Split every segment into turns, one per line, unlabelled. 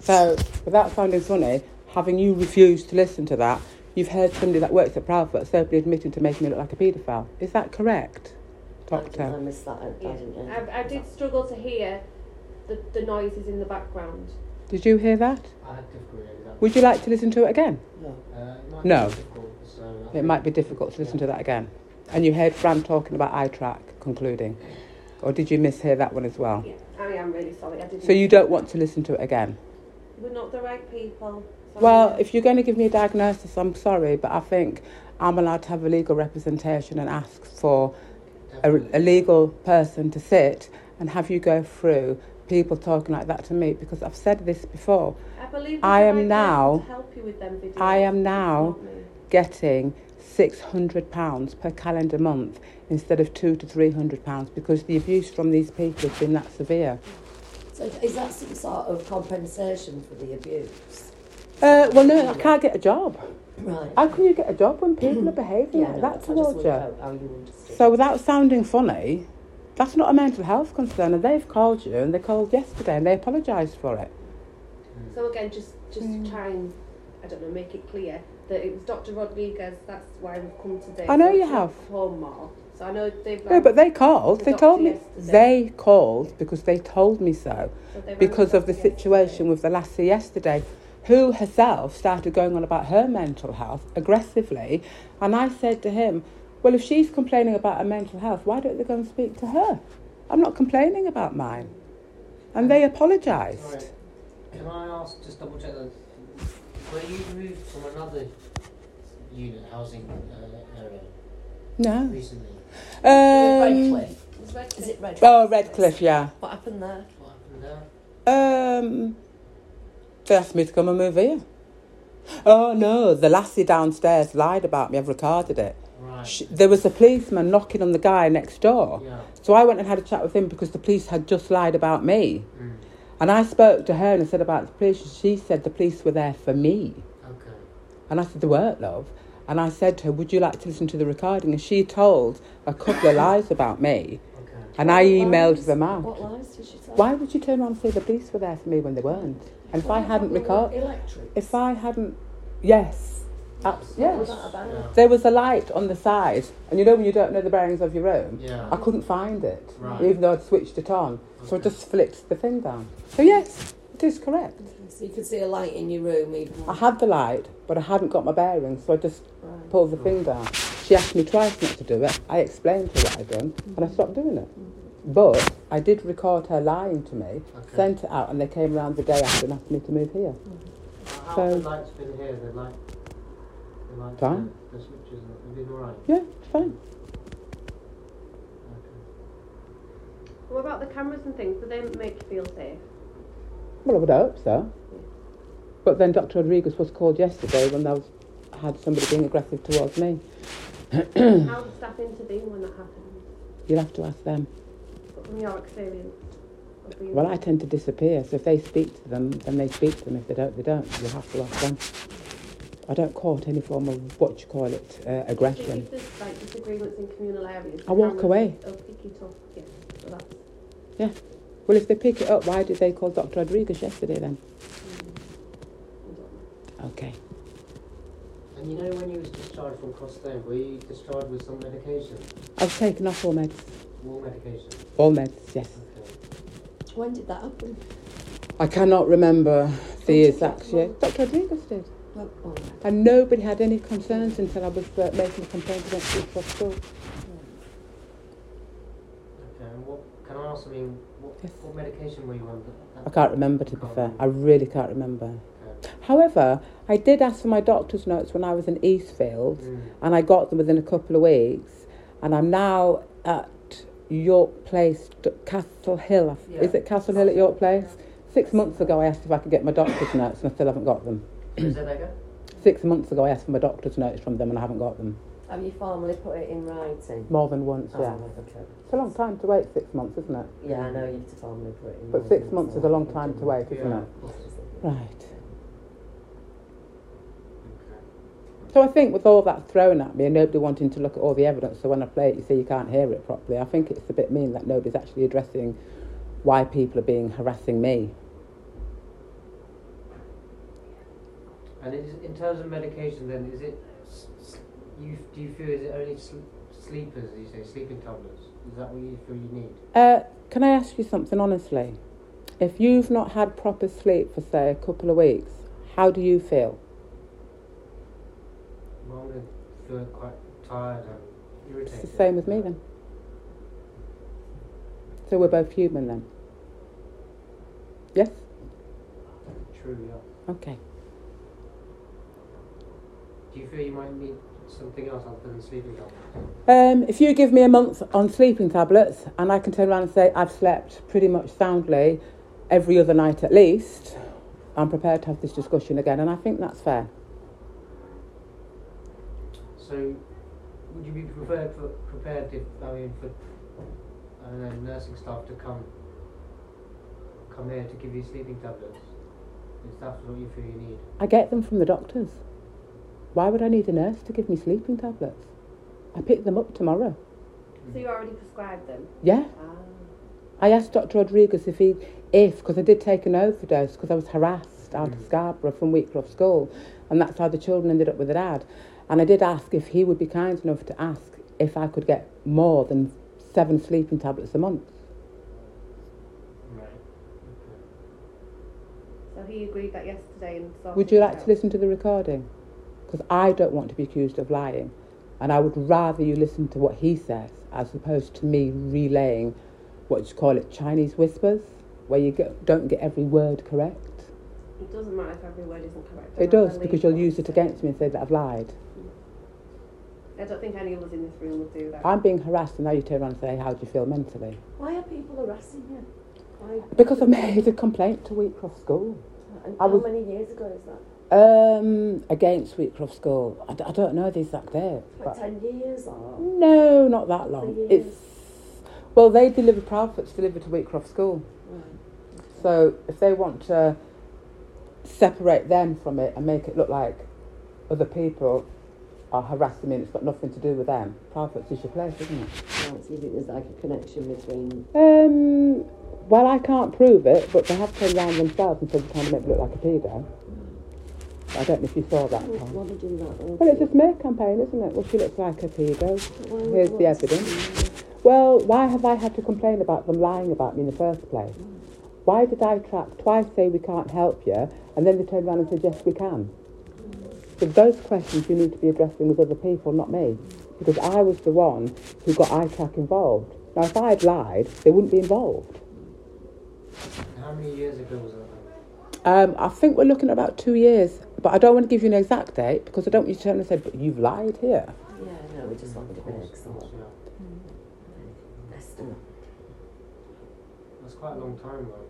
So, without sounding funny, having you refused to listen to that, you've heard somebody that works at Proud but soberly admitting to making me look like a paedophile. Is that correct,
I, didn't- I
Doctor?
missed that out,
Yeah.
didn't I?
I, I did struggle to hear the, the noises in the background.
Did you hear that?
I had difficulty with that.
Would you like to listen to it again?
No.
Uh, it might
No.
Be difficult, so I
It
think-
might be difficult to listen to that again. And you heard Fran talking about eye track concluding. Or did you mishear that one as well?
Yeah, I am really sorry. I didn't.
So you don't want to listen to it again?
We're not the right people. Sorry.
Well, if you're going to give me a diagnosis, I'm sorry, but I think I'm allowed to have a legal representation and ask for a, a legal person to sit and have you go through people talking like that to me because I've said this before.
I believe
I
we're the
am
right person
now-
To help you with them videos.
I am
It's
now-
not me.
Getting £600 per calendar month instead of two to £300 because the abuse from these people has been that severe.
So is that some sort of compensation for the abuse?
Uh, well, no, I can't get a job.
Right.
How can you get a job when people are behaving
yeah,
like
no,
that
I just
towards you?
wondered how, how you understood.
So without sounding funny, that's not a mental health concern. And they've called you, and they called yesterday, and they apologised for it.
So again, just just
Mm.
try and I don't know, make it clear that it was Dr. Rodriguez. That's why we've come today.
I know
So
you
it's
have.
not Home more. So I know they've.
No, but they called.
The
They
doctor
told me
yesterday.
they called because they told me so
so they rang
because of the
doctor
situation with the lassie yesterday, who herself started going on about her mental health aggressively, and I said to him, "Well, if she's complaining about her mental health, why don't they go and speak to her? I'm not complaining about mine." And they
Sorry,
apologised.
Can I ask, just double check that, were you moved from another unit housing uh, area
No.
recently?
Is it
Um,
Redcliffe?
yesterday. It was like-
Is it Redcliffe?
oh, Redcliffe, yeah.
What happened there?
What happened there?
Um, they asked me to come and move here. Oh no, the lassie downstairs lied about me. I've recorded it.
Right.
She, there was a policeman knocking on the guy next door.
Yeah.
So I went and had a chat with him because the police had just lied about me.
Mm.
And I spoke to her and I said about the police. and She said the police were there for me.
Okay.
And I said, They weren't, love. And I said to her, Would you like to listen to the recording? And she told a couple of lies about me.
Okay.
And I
What
emailed
lies?
them out.
What lies did she tell?
Why would you turn around and say the police were there for me when they weren't? And if I hadn't recorded,
Electric.
if I hadn't, yes, abs-
What
yes.
was that about?
Yeah.
There was a light on the side, and you know when you don't know the bearings of your room,
Yeah.
I couldn't find it,
Right.
even though I'd switched it on. So I
Okay.
just flicked the thing down. So yes, it is correct.
So you could see a light in your room even.
I had the light, but I hadn't got my bearings, so I just
Right.
pulled the thing down. She asked me twice not to do it. I explained to her what I'd done, and I stopped doing it. But I did record her lying to me,
Okay.
sent it out, and they came round the day after and asked me to move here.
How
So-
have the lights been here? The light. The lights.
Fine.
The, the switches. Have been alright.
Yeah, it's fine.
Okay.
What about the cameras and things? Do they make you feel safe?
Well, I would hope so. But then Dr. Rodriguez was called yesterday when I was, had somebody being aggressive towards me. Mm.
How does staff intervene when that happens?
You'll have to ask them.
But from your experience. of being-
Well, I tend to disappear, so if they speak to them, then they speak to them. If they don't, they don't. You'll have to ask them. I don't court any form of what you call it uh, aggression.
If there's like disagreements in communal areas,
I walk
cameras
away.
will pick it up. Yeah, so that's
Well, if they pick it up, why did they call Dr. Rodriguez yesterday then? Okay.
And you know when you was discharged from Cross Stone, were you discharged with some medication?
I was taken off all meds.
More medication.
All meds, yes.
Okay.
When did that happen?
I cannot remember the
Who took
exact
that
year.
one?
Dr. Rodriguez did.
Well, oh, all right.
And nobody had any concerns until I was uh, making a complaint against the hospital.
Okay. And what can I ask? I mean, what,
Yes.
what medication were you on? That,
I can't remember, to be
Can't
fair.
remember.
I really can't remember.
Okay.
However, I did ask for my doctor's notes when I was in Eastfield,
Mm.
and I got them within a couple of weeks. And I'm now at York Place, D- Castle Hill.
Yeah.
Is it Castle Hill at York Place? Six months ago, I asked if I could get my doctor's notes, and I still haven't got them.
Is that again?
Six months ago, I asked for my doctor's notes from them, and I haven't got them.
Have you formally put it in writing?
More than once, yeah.
Oh, okay.
It's a long time to wait six months, isn't it?
Yeah, I know you have to formally put it in
But
writing,
six months
so
is a long
I
time
didn't-
to wait, isn't
Yeah.
it? Right.
Okay.
So I think with all that thrown at me and nobody wanting to look at all the evidence, so when I play it, you say you can't hear it properly. I think it's a bit mean that nobody's actually addressing why people are being harassing me.
And is, in terms of medication, then is it s- s- you f- do you feel is it only sl- sleepers? You say sleeping tablets. Is that what you feel you need?
Uh, can I ask you something honestly? If you've not had proper sleep for say a couple of weeks, how do you feel?
Well, I'm gonna feel quite tired and irritated.
It's the same with me then. So we're both human then. Yes.
True. Yeah.
Okay.
Do you feel you might need something else other than sleeping tablets?
Um, if you give me a month on sleeping tablets and I can turn around and say I've slept pretty much soundly every other night at least, I'm prepared to have this discussion again, and I think that's fair.
So, would you be prepared for prepared if I mean for I don't know nursing staff to come come here to give you sleeping tablets? If that's what you feel you need.
I get them from the doctors. Why would I need a nurse to give me sleeping tablets? I pick them up tomorrow.
So you already prescribed them?
Yeah.
Ah.
I asked Dr. Rodriguez if he, if, because I did take an overdose because I was harassed out of
Mm.
Scarborough from Wheatcroft School, and that's how the children ended up with their dad. And I did ask if he would be kind enough to ask if I could get more than seven sleeping tablets a month.
Right.
So he agreed that yesterday and sorted
Would you
it
like
out.
to listen to the recording? Because I don't want to be accused of lying, and I would rather you listen to what he says as opposed to me relaying what you call it Chinese whispers, where you get, don't get every word correct.
It doesn't matter if every word isn't correct. I'm
It
not
does
gonna
because
leave
you'll
what
use
he
it
said.
against me and say that I've lied.
I don't think any of us in this room would do that.
I'm being harassed, and now you turn around and say, "How do you feel mentally?"
Why are people harassing you?
Why-
Because I made a complaint to Wheatcroft School
And
I
how
was-
many years ago is that?
um, against Wheatcroft School. I, d- I don't know the exact date,
Like
but
ten years or
no, not that long.
Three years.
It's well, they deliver profits delivered to Wheatcroft School, so if they want to separate them from it and make it look like other people are harassing me, and it's got nothing to do with them. Profits is your place, isn't it?
Right, so you think there's like a connection between
Um, well, I can't prove it, but they have turned around themselves and said they're trying to make me look like a pedo. I don't know if you saw that.
Why
Tom.
would you do that? though?
Well, it's a smear campaign, isn't it? Well, she looks like a pedo.
Why would
here's
you
the
want to
evidence. Well, why have I had to complain about them lying about me in the first place? Why did I track twice say we can't help you, and then they turned around and said yes we can? So those questions you need to be addressing with other people, not me, because I was the one who got iTrack involved. Now, if I had lied, they wouldn't be involved.
And how many years ago was that? then?
Um, I think we're looking at about two years, but I don't want to give you an exact date because I don't want you to turn and say, but you've lied here.
Yeah, no, we just want the
Of course,
facts
of course,
or
yeah.
estimate.
That's quite a long time though.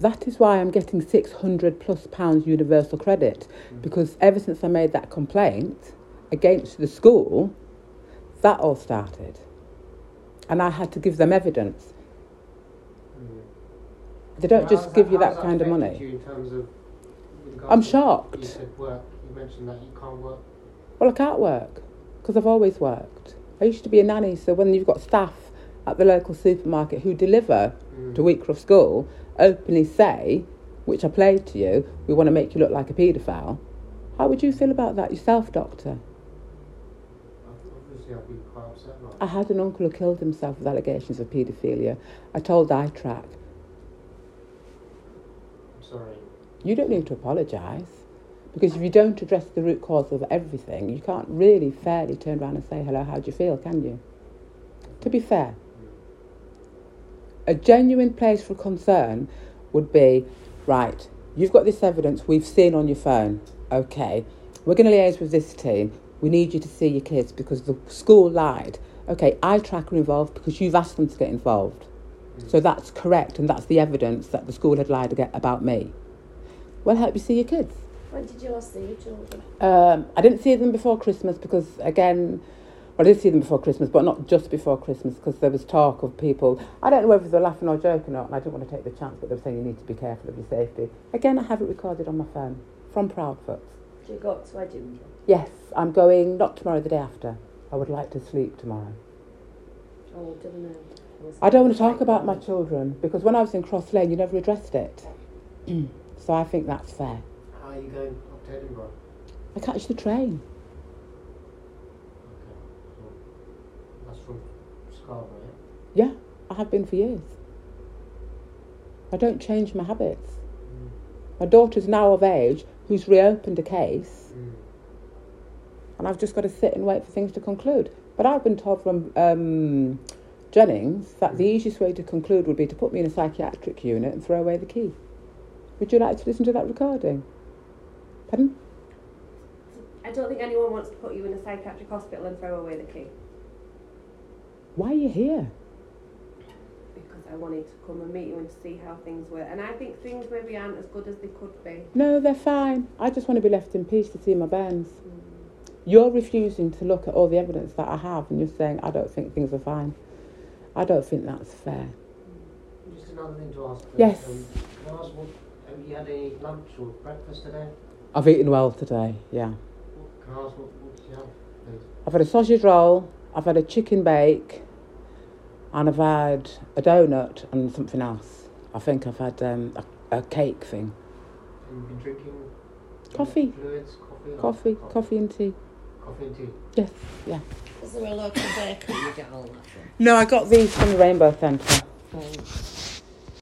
That is why I'm getting 600 plus pounds universal credit
Hmm.
because ever since I made that complaint against the school, that all started. And I had to give them evidence.
Mm.
They don't
How's
just give you
how's
that kind of
affected
money.
You in terms of with regards
I'm
to-
shocked.
You said work. You mentioned that you can't work.
Well, I can't work because I've always worked. I used to be a nanny, so when you've got staff at the local supermarket who deliver
Mm.
to Wheatcroft School openly say, which I played to you, we want to make you look like a paedophile, how would you feel about that yourself, Doctor?
Obviously, I'd be quite upset about
I had an uncle who killed himself with allegations of paedophilia. I told iTrack,
I'm sorry.
you don't need to apologise because if you don't address the root cause of everything, you can't really fairly turn around and say, hello, how do you feel, can you? To be fair,
Hmm.
a genuine place for concern would be right, you've got this evidence we've seen on your phone. Okay, we're going to liaise with this team. We need you to see your kids because the school lied. Okay, I track are involved because you've asked them to get involved. So that's correct, and that's the evidence that the school had lied aga- about me. We'll help you see your kids.
When did you last see your children?
Um, I didn't see them before Christmas because, again, well, I did see them before Christmas, but not just before Christmas because there was talk of people. I don't know whether they're laughing or joking or not, and I didn't want to take the chance, but they were saying you need to be careful of your safety. Again, I have it recorded on my phone from Proudfoot.
Do you go up to Edinburgh?
Yes, I'm going not tomorrow, the day after. I would like to sleep tomorrow.
How old are they now?
I don't want to talk about my children because when I was in Cross Lane, you never addressed it. so I think that's fair.
How are you going up to Edinburgh?
I catch the train.
Okay. So that's from Scarborough, yeah?
Yeah, I have been for years. I don't change my habits.
Mm.
My daughter's now of age who's reopened a case,
Mm.
and I've just got to sit and wait for things to conclude. But I've been told from um, Jennings that the easiest way to conclude would be to put me in a psychiatric unit and throw away the key. Would you like to listen to that recording? Pardon?
I don't think anyone wants to put you in a psychiatric hospital and throw away the key
Why are you here?
because I wanted to come and meet you and to see how things were. And I think things maybe aren't as good as they could be.
No, they're fine. I just want to be left in peace to see my bands. You're refusing to look at all the evidence that I have, and you're saying, I don't think things are fine. I don't think that's fair.
Just another thing to ask. uh,
Yes.
Um, can I ask what, have you had any lunch or breakfast today?
I've eaten well today, yeah.
What, can I ask what, what did you have? please?
I've had a sausage roll, I've had a chicken bake, and I've had a donut and something else. I think I've had um, a, a cake thing.
And you've been drinking?
Coffee.
Fluids, coffee? or-
Coffee, coffee and tea.
Coffee and tea.
Yes, yeah.
Is there a local bakery you get all that from?
No, I got these from the Rainbow Centre.
Um,